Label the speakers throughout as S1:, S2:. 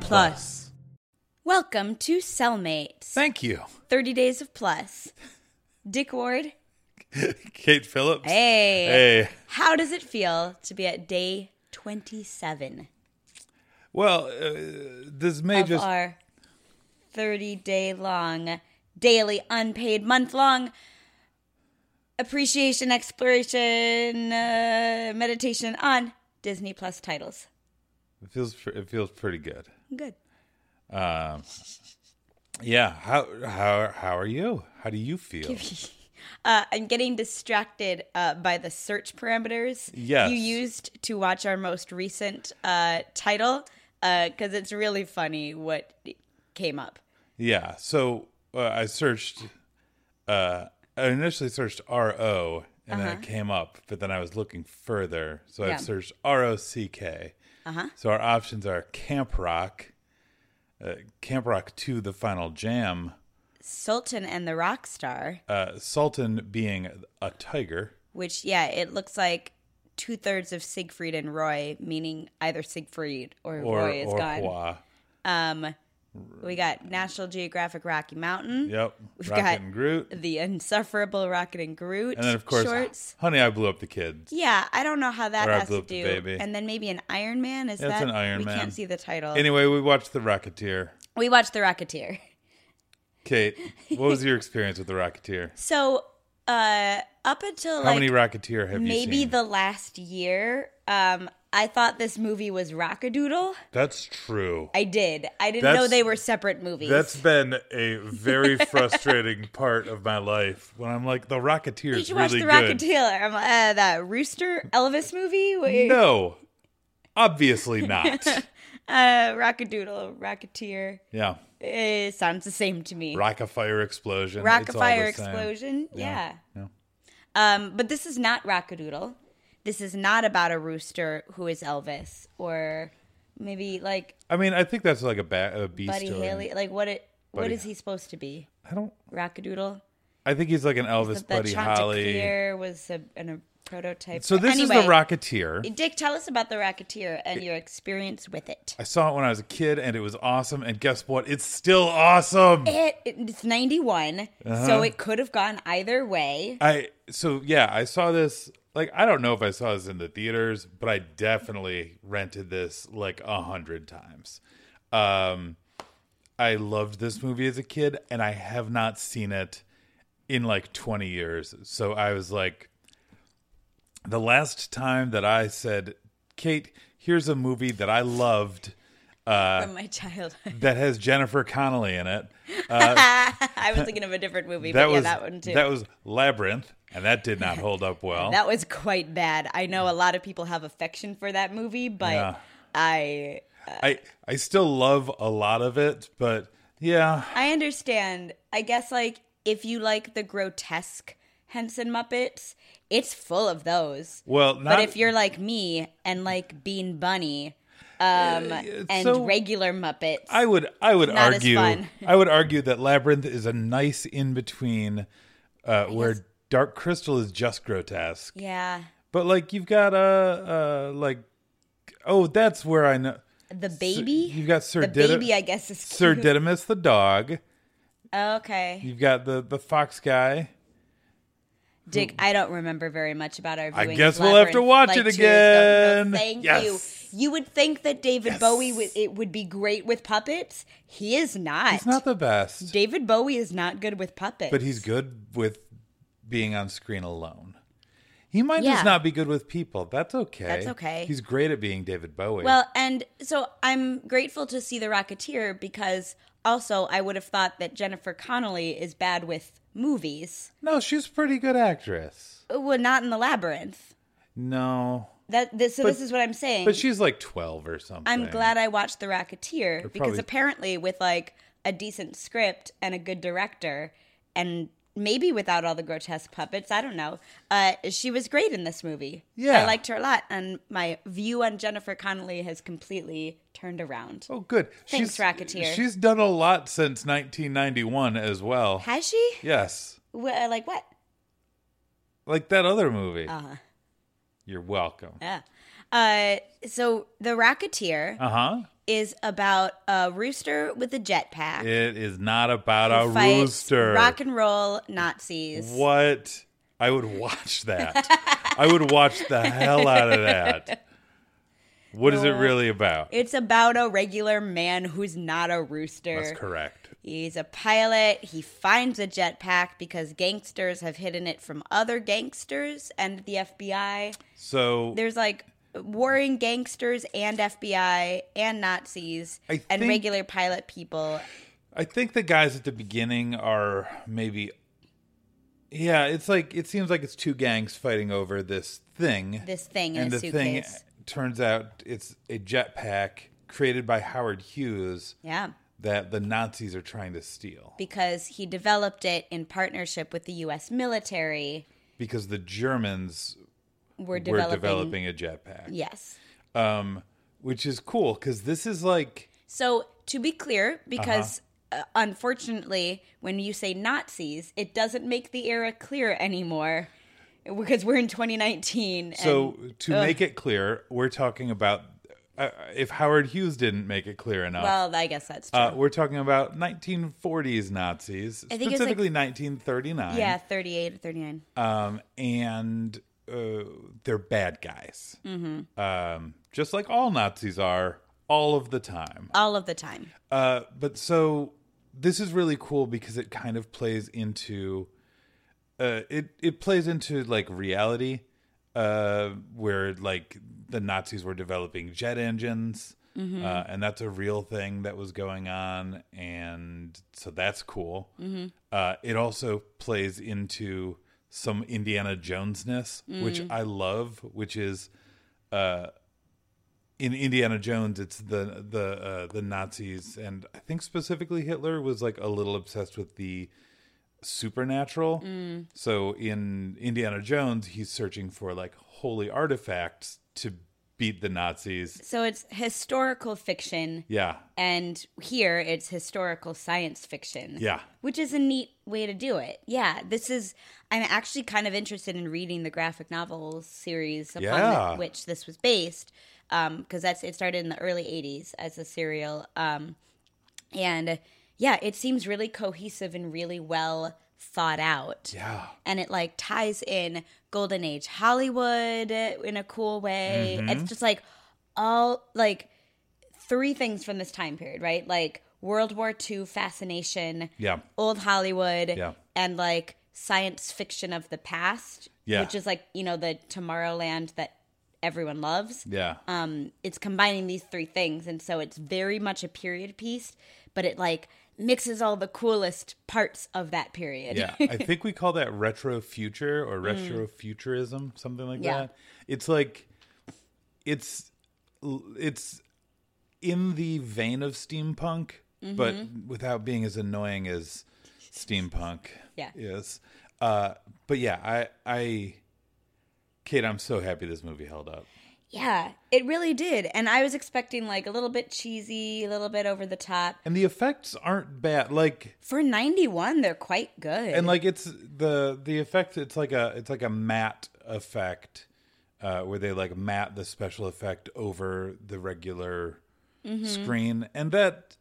S1: Plus. Welcome to Cellmates.
S2: Thank you.
S1: 30 Days of Plus. Dick Ward,
S2: Kate Phillips.
S1: Hey.
S2: Hey.
S1: how does it feel to be at day 27
S2: Well, uh, this may
S1: of
S2: just
S1: our 30 day long, daily, unpaid, month long appreciation, exploration, uh, meditation on Disney Plus titles?
S2: it feels pr- it feels pretty good. Um,
S1: Good.
S2: Yeah. How how how are you? How do you feel?
S1: Uh, I'm getting distracted uh, by the search parameters
S2: Yes.
S1: you used to watch our most recent uh, title because it's really funny what came up.
S2: Yeah. So uh, I searched. Uh, I initially searched R O, and then it came up. But then I was looking further, so
S1: Uh-huh. Yeah.
S2: I've searched R O C K. Uh-huh. So our options are Camp Rock, uh, Camp Rock Two: The Final Jam,
S1: Sultan and the Rockstar,
S2: uh, Sultan being a tiger.
S1: which, yeah, it looks like two thirds of Siegfried and Roy, meaning either Siegfried or,
S2: Or,
S1: Roy is
S2: or
S1: gone.
S2: Hua.
S1: Um, we got National Geographic Rocket Mountain,
S2: Yep.
S1: We've
S2: Rocket
S1: got-
S2: and Groot.
S1: the insufferable Rocket and Groot,
S2: And then, of course,
S1: shorts.
S2: Honey, I Blew Up the Kids.
S1: Yeah, I don't know how that
S2: Or I
S1: has
S2: Blew
S1: to
S2: Up the
S1: do.
S2: Baby.
S1: And then maybe an Iron Man is
S2: That's
S1: that?
S2: an Iron
S1: we
S2: Man.
S1: can't see the title.
S2: Anyway, we watched The Rocketeer.
S1: we watched The Rocketeer.
S2: Kate, what was your experience with The Rocketeer?
S1: So uh, up until
S2: How
S1: like
S2: many Rocketeer have you seen?
S1: maybe the last year, um, I thought this movie was Rockadoodle.
S2: That's true.
S1: I did. I didn't know
S2: That's-
S1: they were separate movies.
S2: That's been a very frustrating part of my life when I'm like, The Rocketeer
S1: you
S2: is
S1: should
S2: really
S1: watch The
S2: good.
S1: Rocketeer. I'm like, uh, that Rooster Elvis movie. Wait,
S2: No, obviously not.
S1: uh, Rockadoodle, Rocketeer.
S2: yeah.
S1: It sounds the same to me.
S2: Rock a fire explosion.
S1: Rock
S2: It's
S1: a
S2: all
S1: fire
S2: the same.
S1: explosion. Yeah.
S2: yeah.
S1: Um, but this is not Rockadoodle. This is not about a rooster who is Elvis or maybe like
S2: I mean, I think that's like a, ba- a B
S1: Buddy
S2: story.
S1: Haley. Like what it what
S2: Buddy-
S1: is he supposed to be?
S2: I don't.
S1: Rockadoodle?
S2: I think he's like an Elvis
S1: That
S2: Buddy Holly.
S1: Chanticleer was a, an, a prototype.
S2: So this
S1: Anyway,
S2: is the Rocketeer.
S1: Dick, tell us about the Rocketeer and your experience with it.
S2: I saw it when I was a kid, and it was awesome. And guess what? It's still awesome.
S1: It it's ninety one,
S2: Uh-huh.
S1: so it could have gone either way.
S2: I so yeah, I saw this. Like I don't know if I saw this in the theaters, but I definitely rented this like a hundred times. Um, I loved this movie as a kid, and I have not seen it in like twenty years. So I was like, the last time that I said, "Kate, here's a movie that I loved." Uh.
S1: from my childhood,
S2: that has Jennifer Connelly in it.
S1: I was thinking of a different movie,
S2: That
S1: but
S2: was
S1: yeah, that one too.
S2: That was Labyrinth, and that did not hold up well.
S1: That was quite bad. I know a lot of people have affection for that movie, but
S2: Yeah.
S1: I
S2: I I still love a lot of it, but yeah,
S1: I understand. I guess like if you like the grotesque Henson Muppets, it's full of those.
S2: well, not,
S1: but if you're like me and like Bean Bunny um, and
S2: so-
S1: regular Muppets,
S2: I would I would
S1: Not as
S2: argue
S1: fun.
S2: I would argue that Labyrinth is a nice in between, uh, where Dark Crystal is just grotesque,
S1: yeah,
S2: but like you've got uh, uh like oh that's where I know
S1: the baby,
S2: you've got Sir
S1: the
S2: Dida-
S1: baby, I guess is
S2: Sir
S1: cute.
S2: Didymus the dog,
S1: Okay,
S2: you've got the the fox guy.
S1: Dick, I don't remember very much about our viewing. of
S2: Hmm. guess we'll have to
S1: Labyrinth,
S2: watch
S1: like,
S2: it
S1: two years ago.
S2: again.
S1: No, thank
S2: Yes.
S1: you. You would think that David Bowie would it would be great with puppets. He is not.
S2: It's not the best.
S1: David Bowie is not good with puppets.
S2: but he's good with being on screen alone. He might
S1: Yeah.
S2: just not be good with people. That's okay.
S1: That's okay.
S2: He's great at being David Bowie.
S1: well, and so I'm grateful to see The Rocketeer because also I would have thought that Jennifer Connelly is bad with movies.
S2: no, she's a pretty good actress.
S1: Well, not in The Labyrinth.
S2: No,
S1: That this, so this is what I'm saying.
S2: but she's like twelve or something.
S1: I'm glad I watched The Racketeer because
S2: probably-
S1: apparently, with like a decent script and a good director, and maybe without all the grotesque puppets, I don't know, uh, she was great in this movie.
S2: Yeah.
S1: I liked her a lot, and my view on Jennifer Connelly has completely turned around.
S2: Oh, good.
S1: Thanks,
S2: she's,
S1: Racketeer.
S2: She's done a lot since 1991 as well.
S1: Has she?
S2: yes,
S1: Wh- uh, like what?
S2: like that other movie.
S1: Uh-huh.
S2: You're welcome.
S1: Yeah. Uh, so The Racketeer
S2: Uh huh.
S1: is about a rooster with a jetpack.
S2: It is not about
S1: who
S2: a
S1: fights
S2: rooster.
S1: Rock and roll Nazis.
S2: What? I would watch that. I would watch the hell out of that. What is it really about?
S1: It's about a regular man who's not a rooster.
S2: That's correct.
S1: He's a pilot. He finds a jetpack because gangsters have hidden it from other gangsters and the FBI.
S2: So
S1: There's like warring gangsters and FBI and Nazis
S2: I
S1: and
S2: think-
S1: regular pilot people.
S2: I think the guys at the beginning are maybe. Yeah, it's like it seems like it's two gangs fighting over this thing.
S1: This thing in
S2: and
S1: a
S2: the
S1: suitcase.
S2: thing turns out it's a jetpack created by Howard Hughes
S1: Yeah.
S2: that the Nazis are trying to steal
S1: Because he developed it in partnership with the US military.
S2: because the Germans
S1: We're
S2: were
S1: developing.
S2: developing a jetpack.
S1: Yes.
S2: um, which is cool because this is like
S1: So, to be clear, because uh unfortunately, when you say Nazis, it doesn't make the era clear anymore because we're in 2019.
S2: so
S1: and,
S2: to make it clear, we're talking about uh, if Howard Hughes didn't make it clear enough.
S1: well, I guess that's true.
S2: uh, we're talking about 1940s Nazis,
S1: think it's like-
S2: specifically 1939.
S1: yeah, 38 or 39.
S2: um, and uh, they're bad guys,
S1: Mm-hmm.
S2: um, just like all Nazis are all of the time.
S1: All of the time.
S2: Uh, but so this is really cool because it kind of plays into uh, it it plays into like reality uh, where like the Nazis were developing jet engines. Uh, and that's a real thing that was going on, and so that's cool. Uh, it also plays into some Indiana Jonesness, which I love, which is in Indiana Jones, it's the the uh, the Nazis, and I think specifically Hitler was like a little obsessed with the supernatural. So in Indiana Jones, he's searching for like holy artifacts to beat the Nazis.
S1: So, it's historical fiction.
S2: Yeah,
S1: And here it's historical science fiction.
S2: Yeah.
S1: Which is a neat way to do it. Yeah. This is, I'm actually kind of interested in reading the graphic novel series upon
S2: Yeah.
S1: whi- which this was based, because that's, it started in the early 80s as a serial. Um, and yeah, it seems really cohesive and really well thought out
S2: yeah,
S1: and it like ties in golden age hollywood in a cool way
S2: Mm-hmm.
S1: it's just like all like three things from this time period right like world war ii fascination
S2: Yeah.
S1: old hollywood
S2: Yeah.
S1: and like science fiction of the past
S2: Yeah.
S1: which is like you know the tomorrowland that everyone loves
S2: yeah.
S1: um it's combining these three things and so it's very much a period piece but it like mixes all the coolest parts of that period
S2: yeah i think we call that retro future or retro futurism something like
S1: Mm. Yeah.
S2: that it's like it's it's in the vein of steampunk but
S1: Mm-hmm.
S2: without being as annoying as steampunk
S1: Yeah.
S2: is uh but yeah i i kate i'm so happy this movie held up
S1: Yeah, it really did. And I was expecting like a little bit cheesy, a little bit over the top.
S2: and the effects aren't bad like
S1: For 91, they're quite good.
S2: and like it's the the effect it's like a it's like a matte effect uh where they like matte the special effect over the regular screen and that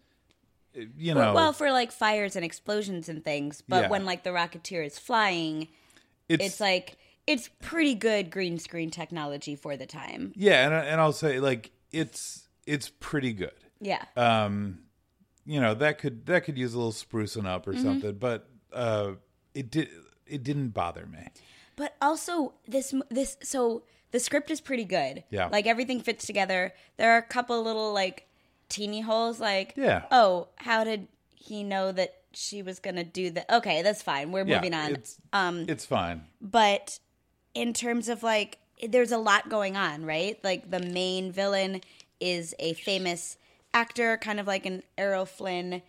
S2: you know
S1: Mm-hmm. well, for like fires and explosions and things, but
S2: Yeah.
S1: when like the Rocketeer is flying,
S2: it's,
S1: it's like it's pretty good green screen technology for the time.
S2: yeah and, I- and i'll say like it's it's pretty good
S1: Yeah.
S2: um you know that could that could use a little sprucing up
S1: Mm-hmm.
S2: or something but uh it did it didn't bother me
S1: But also this m- this so the script is pretty good.
S2: Yeah.
S1: Like everything fits together. There are a couple little like teeny holes like
S2: Yeah.
S1: oh, how did he know that she was going to do that? Okay, that's fine. We're
S2: yeah
S1: moving on. Um,
S2: it's it's fine
S1: But in terms of like there's a lot going on, right? Like the main villain is a famous actor kind of like an Errol Flynn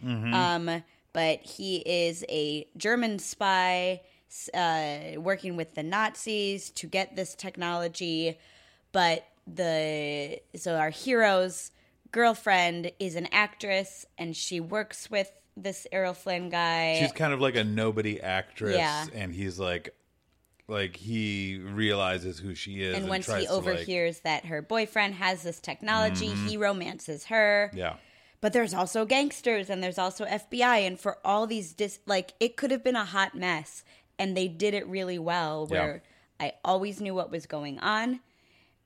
S1: um but he is a German spy s- uh, working with the Nazis to get this technology. But the so our hero's girlfriend is an actress, and she works with this Errol Flynn guy.
S2: She's kind of like a nobody actress,
S1: Eh, Yeah.
S2: and he's like like he realizes who she is,
S1: and once
S2: tries
S1: he
S2: to, like- Mm-hmm.
S1: overhears that her boyfriend has this technology, he romances her.
S2: yeah,
S1: But there's also gangsters and there's also FBI. And for all these, dis- like, it could have been a hot mess. And they did it really well,
S2: Yeah.
S1: where I always knew what was going on.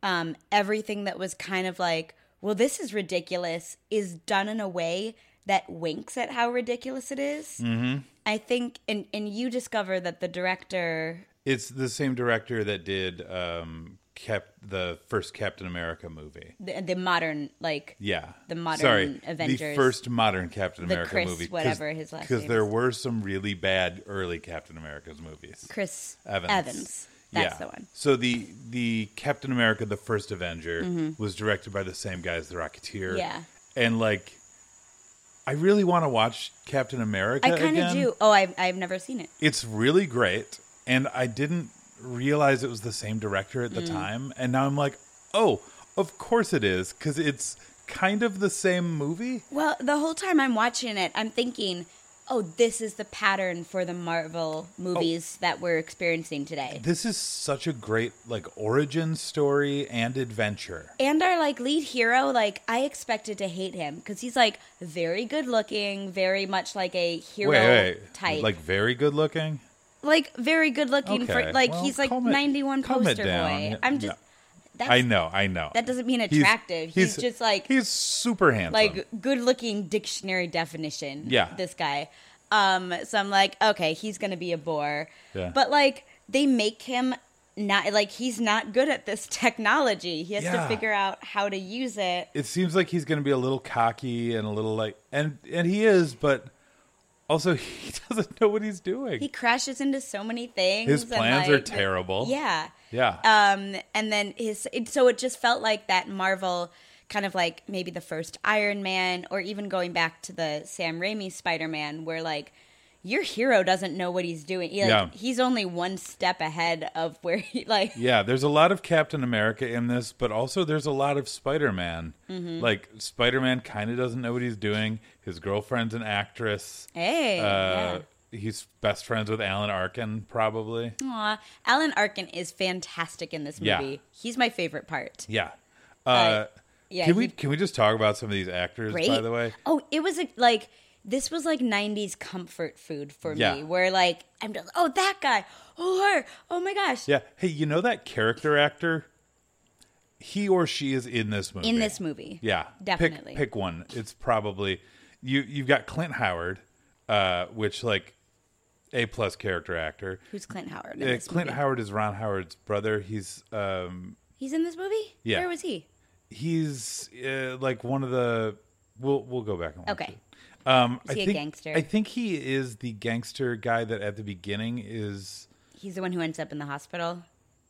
S1: Um, everything that was kind of like, well, this is ridiculous, is done in a way that winks at how ridiculous it is.
S2: Mm-hmm.
S1: I think, and, and you discover that the director,
S2: it's the same director that did um kept the first Captain America movie.
S1: the, the modern, like,
S2: Yeah,
S1: The modern
S2: the
S1: Avengers.
S2: first modern Captain
S1: The
S2: America
S1: Chris,
S2: movie,
S1: whatever his last
S2: because
S1: name
S2: there
S1: is.
S2: were some really bad early Captain America's movies.
S1: Chris
S2: Evans.
S1: Evans. That's the one.
S2: So the the Captain America: The First Avenger was directed by the same guy as The Rocketeer.
S1: Mm-hmm. Yeah.
S2: and like, I really want to watch Captain America.
S1: I kind of
S2: Uh, again.
S1: do. Oh, I've, I've never seen it.
S2: It's really great, and I didn't realize it was the same director at the
S1: Mm.
S2: time, and now I'm like, oh, of course it is, because it's kind of the same movie.
S1: Well, the whole time I'm watching it, I'm thinking, oh, this is the pattern for the Marvel
S2: Oh.
S1: movies that we're experiencing today.
S2: This is such a great like origin story and adventure.
S1: And our like lead hero, like I expected to hate him because he's like very good looking, very much like a hero type,
S2: like very good looking.
S1: Like, very good looking
S2: Okay,
S1: for like
S2: well,
S1: he's like
S2: calm it-
S1: 91
S2: calm it
S1: poster
S2: down.
S1: boy. I'm just
S2: No.
S1: that's
S2: I know, I know.
S1: that doesn't mean
S2: He's-
S1: attractive. He's just, like-
S2: he's super handsome.
S1: like good looking dictionary definition.
S2: Yeah.
S1: This guy. Um, so I'm like, okay, he's gonna be a bore.
S2: Yeah.
S1: But like they make him not like he's not good at this technology. He has
S2: Yeah.
S1: to figure out how to use it.
S2: it seems like he's going to be a little cocky and a little like, and and he is, but also he doesn't know what he's doing.
S1: He crashes into so many things.
S2: His
S1: and,
S2: plans are
S1: like,
S2: terrible.
S1: Yeah.
S2: yeah.
S1: Um, and then his it, so it just felt like that Marvel kind of like maybe the first Iron Man or even going back to the Sam Raimi Spider Man where like your hero doesn't know what he's doing. He, like,
S2: Yeah.
S1: He's only one step ahead of where he like
S2: yeah, there's a lot of Captain America in this, but also there's a lot of Spider Man.
S1: Mm-hmm.
S2: Like, Spider Man kind of doesn't know what he's doing. His girlfriend's an actress.
S1: Hey.
S2: Uh, He's best friends with Alan Arkin, probably.
S1: yeah. Aw. Alan Arkin is fantastic in this
S2: Yeah.
S1: movie. He's my favorite part.
S2: Yeah. Uh,
S1: yeah,
S2: can we
S1: he-
S2: can we just talk about some of these actors
S1: Great.
S2: by the way?
S1: Oh, it was a, like this was like '90s comfort food for
S2: Yeah.
S1: me. Where like I'm just oh that guy, oh her, oh my gosh.
S2: Yeah. Hey, you know that character actor? He or she is in this movie.
S1: In this movie,
S2: Yeah.
S1: Definitely.
S2: Pick pick one. It's probably you you've got Clint Howard, uh, which like A plus character actor.
S1: Who's Clint Howard? In
S2: Uh,
S1: this
S2: Clint
S1: movie?
S2: Howard is Ron Howard's brother. He's um
S1: He's in this movie.
S2: Yeah.
S1: Where was he?
S2: he's uh, like one of the we'll we'll go back and watch
S1: Okay.
S2: it. Um, I
S1: he a
S2: think,
S1: gangster?
S2: I think he is the gangster guy that at the beginning is
S1: He's the one who ends up in the hospital.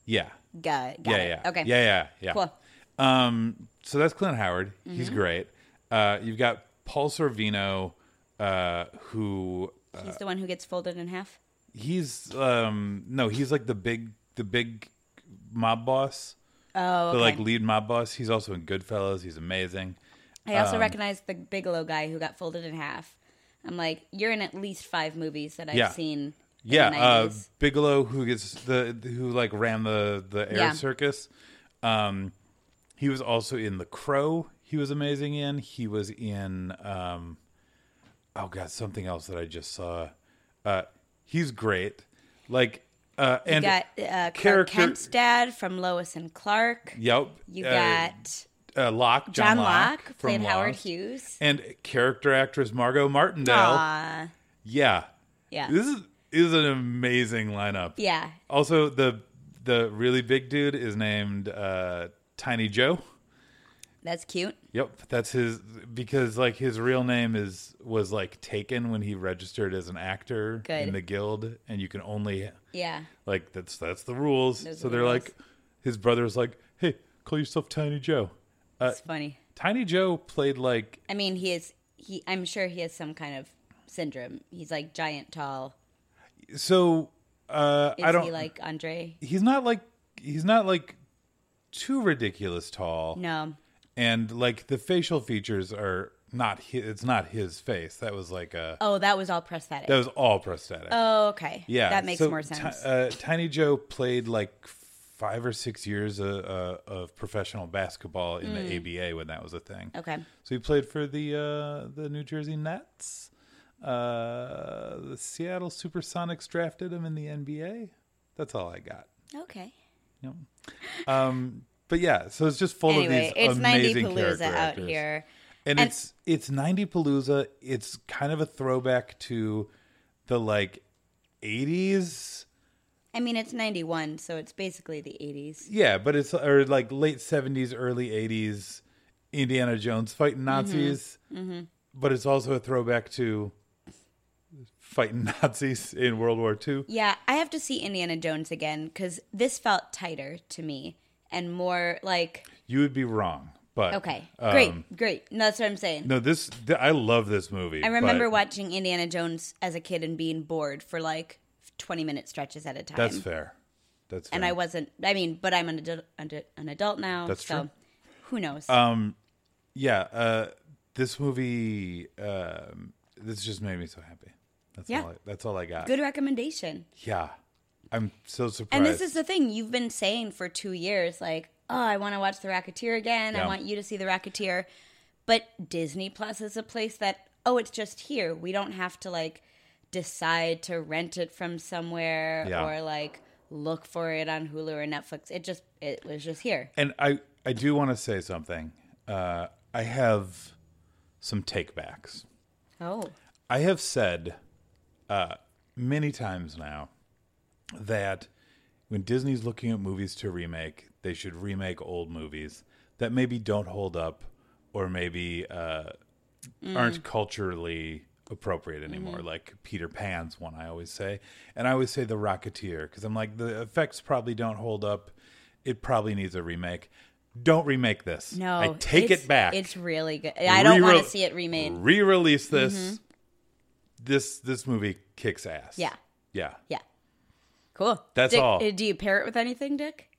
S2: yeah
S1: Got, got
S2: yeah,
S1: it.
S2: yeah.
S1: Okay.
S2: Yeah, yeah, yeah.
S1: Cool. Mm-hmm.
S2: Um, so that's Clint Howard. He's great. Uh, you've got Paul Sorvino, uh, who
S1: He's the one who gets folded in half.
S2: he's um, no, he's like the big the big mob boss,
S1: Oh, okay.
S2: the like lead mob boss. He's also in Goodfellas. He's amazing.
S1: I
S2: um,
S1: also recognize the Bigelow guy who got folded in half. I'm like, you're in at least five movies that I've
S2: Yeah.
S1: seen. in the
S2: Yeah, uh,
S1: 90s.
S2: Bigelow, who gets the who like ran the the air
S1: Yeah.
S2: circus. Um, he was also in The Crow. He was amazing in. He was in. Um, oh god, something else that I just saw. Uh, he's great. Like uh, and
S1: you got uh, Clark
S2: character-
S1: Kent's dad from Lois and Clark.
S2: yep.
S1: You
S2: uh,
S1: got
S2: uh, Locke, John,
S1: John Locke,
S2: Locke
S1: played
S2: from
S1: Howard
S2: Lost,
S1: Hughes.
S2: and character actress Margot Martindale.
S1: Aw.
S2: Yeah,
S1: Yeah.
S2: this is is an amazing lineup.
S1: Yeah.
S2: Also, the the really big dude is named uh, Tiny Joe.
S1: That's cute.
S2: Yep, that's his because like his real name is was like taken when he registered as an actor
S1: Good.
S2: in the guild, and you can only
S1: Yeah.
S2: like that's that's the rules.
S1: Those
S2: so
S1: are the
S2: they're
S1: rules.
S2: like, his brother's like, hey, call yourself Tiny Joe. Uh,
S1: It's funny.
S2: Tiny Joe played like
S1: I mean, he is he I'm sure he has some kind of syndrome. He's like giant tall.
S2: so. Uh,
S1: Is
S2: I don't.
S1: he like Andre?
S2: he's not like he's not like too ridiculous tall.
S1: No.
S2: and like the facial features are not his, it's not his face. That was like a
S1: Oh, that was all prosthetic.
S2: that was all prosthetic.
S1: oh, okay.
S2: yeah,
S1: That makes
S2: so
S1: more
S2: Ti-
S1: sense.
S2: uh, Tiny Joe played like five or six years uh, uh, of professional basketball in
S1: Mm.
S2: the ABA when that was a thing.
S1: okay.
S2: So he played for the uh, the New Jersey Nets. Uh, the Seattle SuperSonics drafted him in the NBA. That's all I got.
S1: Okay.
S2: Yep. Um, but yeah, so it's just full
S1: Anyway,
S2: of these
S1: it's 90
S2: amazing
S1: Palooza
S2: character
S1: out
S2: actors.
S1: here.
S2: and,
S1: And-
S2: it's it's 90 Palooza. It's kind of a throwback to the like 80s.
S1: I mean, it's 91, so it's basically the 80s.
S2: Yeah, but it's or like late 70s, early 80s Indiana Jones
S1: Mm-hmm.
S2: fighting Nazis. But it's also a throwback to fighting Nazis in World War II.
S1: Yeah, I have to see Indiana Jones again because this felt tighter to me and more like,
S2: You would be wrong, but
S1: okay,
S2: um,
S1: great, great. No, that's what I'm saying.
S2: No, this th- I love this movie.
S1: I remember
S2: but
S1: watching Indiana Jones as a kid and being bored for like 20 minute stretches at a time.
S2: That's fair. That's fair.
S1: and I wasn't, I mean, but I'm an adult, an ad- an adult now.
S2: That's
S1: so
S2: true. Um,
S1: Who knows?
S2: yeah uh this movie um this just made me so happy that's
S1: Yeah.
S2: all I, that's all i got
S1: Good recommendation.
S2: yeah i'm so surprised
S1: And this is the thing you've been saying for two years, like, oh, I want to watch The Racketeer again.
S2: Yeah.
S1: I want you to see The Racketeer. But Disney Plus is a place that, oh, it's just here. We don't have to like decide to rent it from somewhere
S2: Yeah.
S1: or like look for it on Hulu or Netflix. It just it was just here.
S2: and i i do want to say something uh i have some takebacks
S1: Oh,
S2: i have said uh many times now that when disney's looking at movies to remake they should remake old movies that maybe don't hold up or maybe uh
S1: Mm.
S2: aren't culturally appropriate anymore.
S1: Mm-hmm.
S2: Like Peter Pan's one, I always say, and I always say The Rocketeer because I'm like the effects probably don't hold up. It probably needs a remake. Don't remake this.
S1: no.
S2: I take
S1: it's-
S2: it back.
S1: It's really good. I don't want
S2: Rerel-
S1: to see it remade.
S2: Re-release this. This this movie kicks ass.
S1: Mm-hmm. Yeah.
S2: yeah.
S1: Yeah. Cool.
S2: That's
S1: Dick,
S2: all.
S1: uh, Do you pair it with anything, Dick?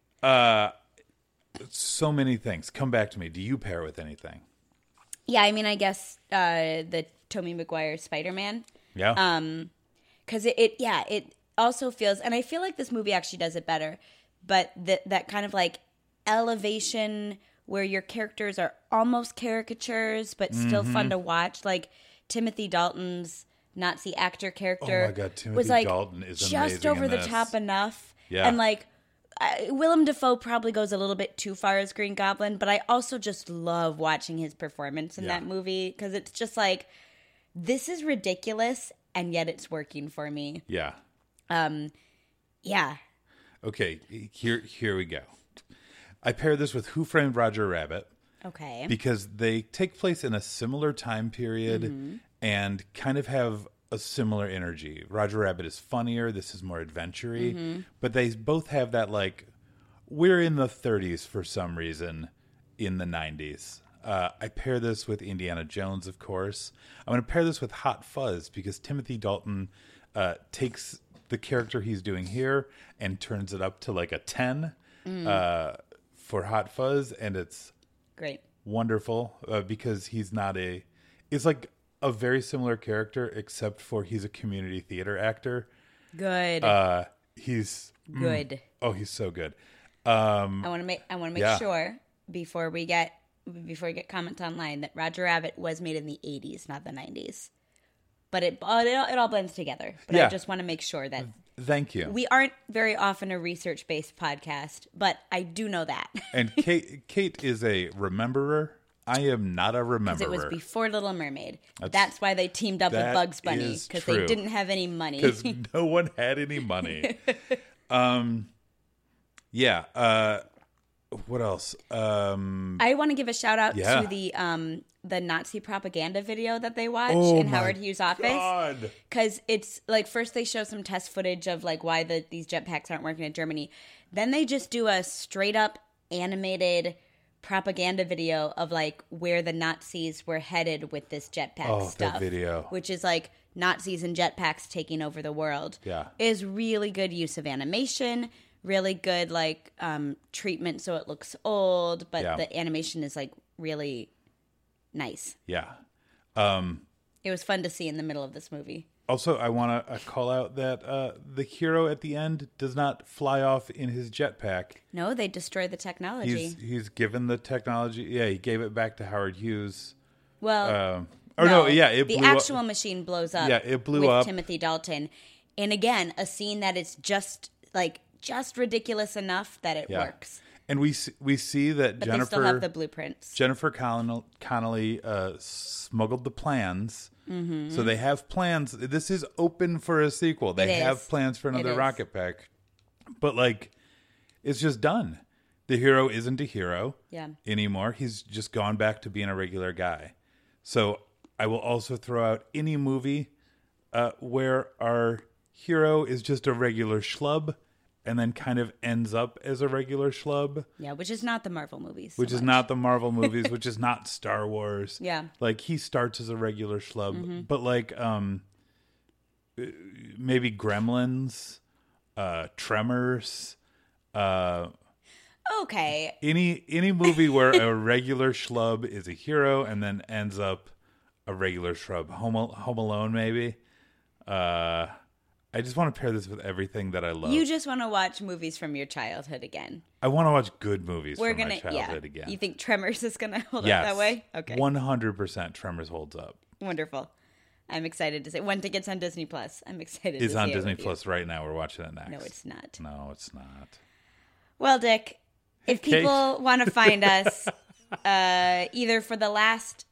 S2: So many things. Come back to me. Do you pair with anything?
S1: Yeah, I mean, I guess uh, the Tommy McGuire Spider Man.
S2: Yeah.
S1: Um, because it, it yeah it also feels and i feel like this movie actually does it better but that that kind of like elevation where your characters are almost caricatures but still
S2: Mm-hmm.
S1: fun to watch like timothy dalton's nazi actor character
S2: Oh my God, Timothy
S1: was like
S2: Dalton is
S1: just
S2: amazing
S1: over
S2: in
S1: the
S2: this.
S1: top enough
S2: Yeah.
S1: and like I- Willem Dafoe probably goes a little bit too far as Green Goblin, but I also just love watching his performance in
S2: Yeah.
S1: that movie because it's just like this is ridiculous and yet it's working for me.
S2: yeah.
S1: Yeah.
S2: Okay. Here here we go. I pair this with Who Framed Roger Rabbit.
S1: Okay.
S2: because they take place in a similar time period and kind of have a similar energy. Roger Rabbit is funnier, this is more adventury, but they both have that like we're in the 30s for some reason in the 90s. Uh, I pair this with Indiana Jones, of course. I'm going to pair this with Hot Fuzz because Timothy Dalton uh, takes the character he's doing here and turns it up to like a 10 uh, for Hot Fuzz, and it's
S1: Great.
S2: wonderful uh, because he's not a it's like a very similar character except for he's a community theater actor
S1: Good.
S2: uh he's
S1: Good.
S2: oh he's so good
S1: I want to make I want to make
S2: yeah.
S1: sure before we get before we get comments online that Roger Rabbit was made in the 80s, not the 90s. But it but it, all- it all blends together. But
S2: Yeah.
S1: I just want to make sure that
S2: thank you
S1: we aren't very often a research-based podcast, but I do know that
S2: and kate kate is a rememberer i am not a rememberer
S1: because it was before Little Mermaid. That's, why they teamed up with
S2: that
S1: Bugs Bunny
S2: is
S1: because they
S2: true.
S1: didn't have any money.
S2: because no one had any money. um, yeah. Uh, what else? Um,
S1: I want to give a shout out
S2: Yeah.
S1: to the um the Nazi propaganda video that they watched
S2: Oh
S1: in
S2: my
S1: Howard Hughes' office
S2: God.
S1: because it's like first they show some test footage of like why the these jetpacks aren't working in Germany, then they just do a straight up animated propaganda video of like where the Nazis were headed with this jetpack
S2: Oh, that
S1: stuff
S2: video.
S1: which is like Nazis and jetpacks taking over the world.
S2: Yeah.
S1: Is really good use of animation, really good like um treatment so it looks old, but
S2: Yeah.
S1: the animation is like really nice.
S2: Yeah.
S1: It was fun to see in the middle of this movie.
S2: Also, I want to uh, call out that uh, the hero at the end does not fly off in his jetpack.
S1: No, they destroyed the technology.
S2: He's he's given the technology. Yeah, he gave it back to Howard Hughes.
S1: well,
S2: Um, or no, yeah, it
S1: the
S2: blew up-
S1: actual machine blows up.
S2: Yeah, it blew
S1: with
S2: up.
S1: Timothy Dalton, and again, a scene that is just like just ridiculous enough that it
S2: Yeah.
S1: works.
S2: And we see, we see that
S1: But
S2: Jennifer
S1: they still have the blueprints.
S2: Jennifer Connell, Connolly uh, smuggled the plans.
S1: Mm-hmm.
S2: So they have plans. This is open for a sequel. They
S1: It
S2: have
S1: is.
S2: plans for another
S1: is.
S2: rocket pack. But like it's just done. The hero isn't a hero
S1: Yeah.
S2: anymore. He's just gone back to being a regular guy. So I will also throw out any movie uh, where our hero is just a regular schlub and then kind of ends up as a regular schlub
S1: yeah, which is not the Marvel movies. so
S2: which is
S1: much.
S2: not the Marvel movies, which is not Star Wars.
S1: Yeah. Mm-hmm.
S2: Like he starts as a regular schlub, but like um uh, maybe Gremlins, uh Tremors, uh
S1: okay.
S2: any any movie where a regular schlub is a hero and then ends up a regular schlub. Home Al- Home Alone maybe. Uh I just want to pair this with everything that I love.
S1: You just want to watch movies from your childhood again.
S2: I want to watch good movies
S1: We're
S2: from
S1: gonna
S2: my childhood
S1: yeah.
S2: again.
S1: You think Tremors is gonna hold
S2: yes.
S1: up that way? Okay,
S2: 100% Tremors holds up.
S1: wonderful. I'm excited to see once it gets on Disney Plus. I'm excited.
S2: It's
S1: to
S2: on
S1: see it
S2: Disney
S1: with you.
S2: Plus right now. We're watching it next.
S1: No, it's not.
S2: No, it's not.
S1: Well, Dick, if
S2: Kate.
S1: people want to find us, uh, either for the last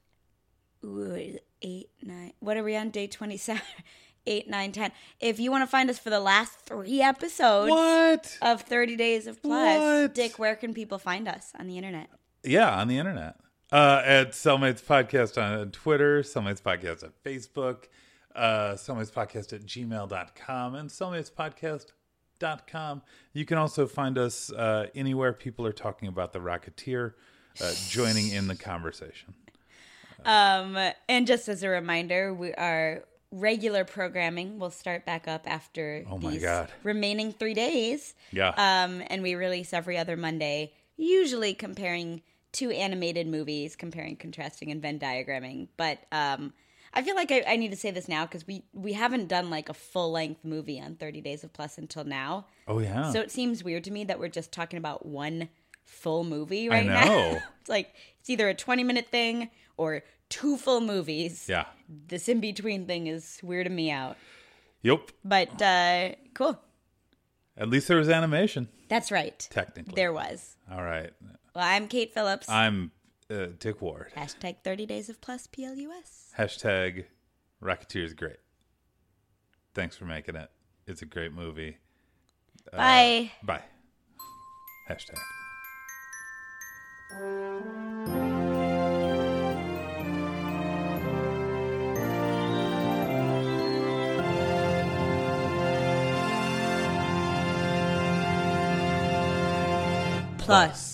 S1: ooh, eight, nine, what are we on? Day 27, eight, nine, ten. If you want to find us for the last three episodes
S2: What?
S1: of 30 Days of Plus,
S2: What?
S1: Dick, where can people find us on the internet?
S2: Yeah, on the internet. Uh, at Cellmates Podcast on Twitter, Cellmates Podcast on Facebook, uh, Cellmates Podcast at gmail.com, and CellmatesPodcast.com. You can also find us uh, anywhere people are talking about the Rocketeer, uh, joining in the conversation.
S1: Um, and just as a reminder, we our Regular programming will start back up after
S2: Oh my
S1: these
S2: God.
S1: remaining three days.
S2: Yeah.
S1: Um, and we release every other Monday, usually comparing two animated movies, comparing, contrasting, and Venn diagramming. But um, I feel like I, I need to say this now because we, we haven't done like a full length movie on 30 Days of Plus until now.
S2: oh, yeah.
S1: So it seems weird to me that we're just talking about one full movie right
S2: know.
S1: now. it's like it's either a 20 minute thing or two full movies.
S2: yeah.
S1: This in between thing is weirding me out.
S2: Yep.
S1: But uh, cool.
S2: At least there was animation,
S1: That's right.
S2: technically.
S1: There was.
S2: All right.
S1: Well, I'm Kate Phillips.
S2: I'm uh, Dick Ward.
S1: Hashtag 30 days of plus PLUS.
S2: Hashtag Rocketeer is great. Thanks for making it. It's a great movie.
S1: Bye.
S2: Bye. Hashtag.
S1: Plus.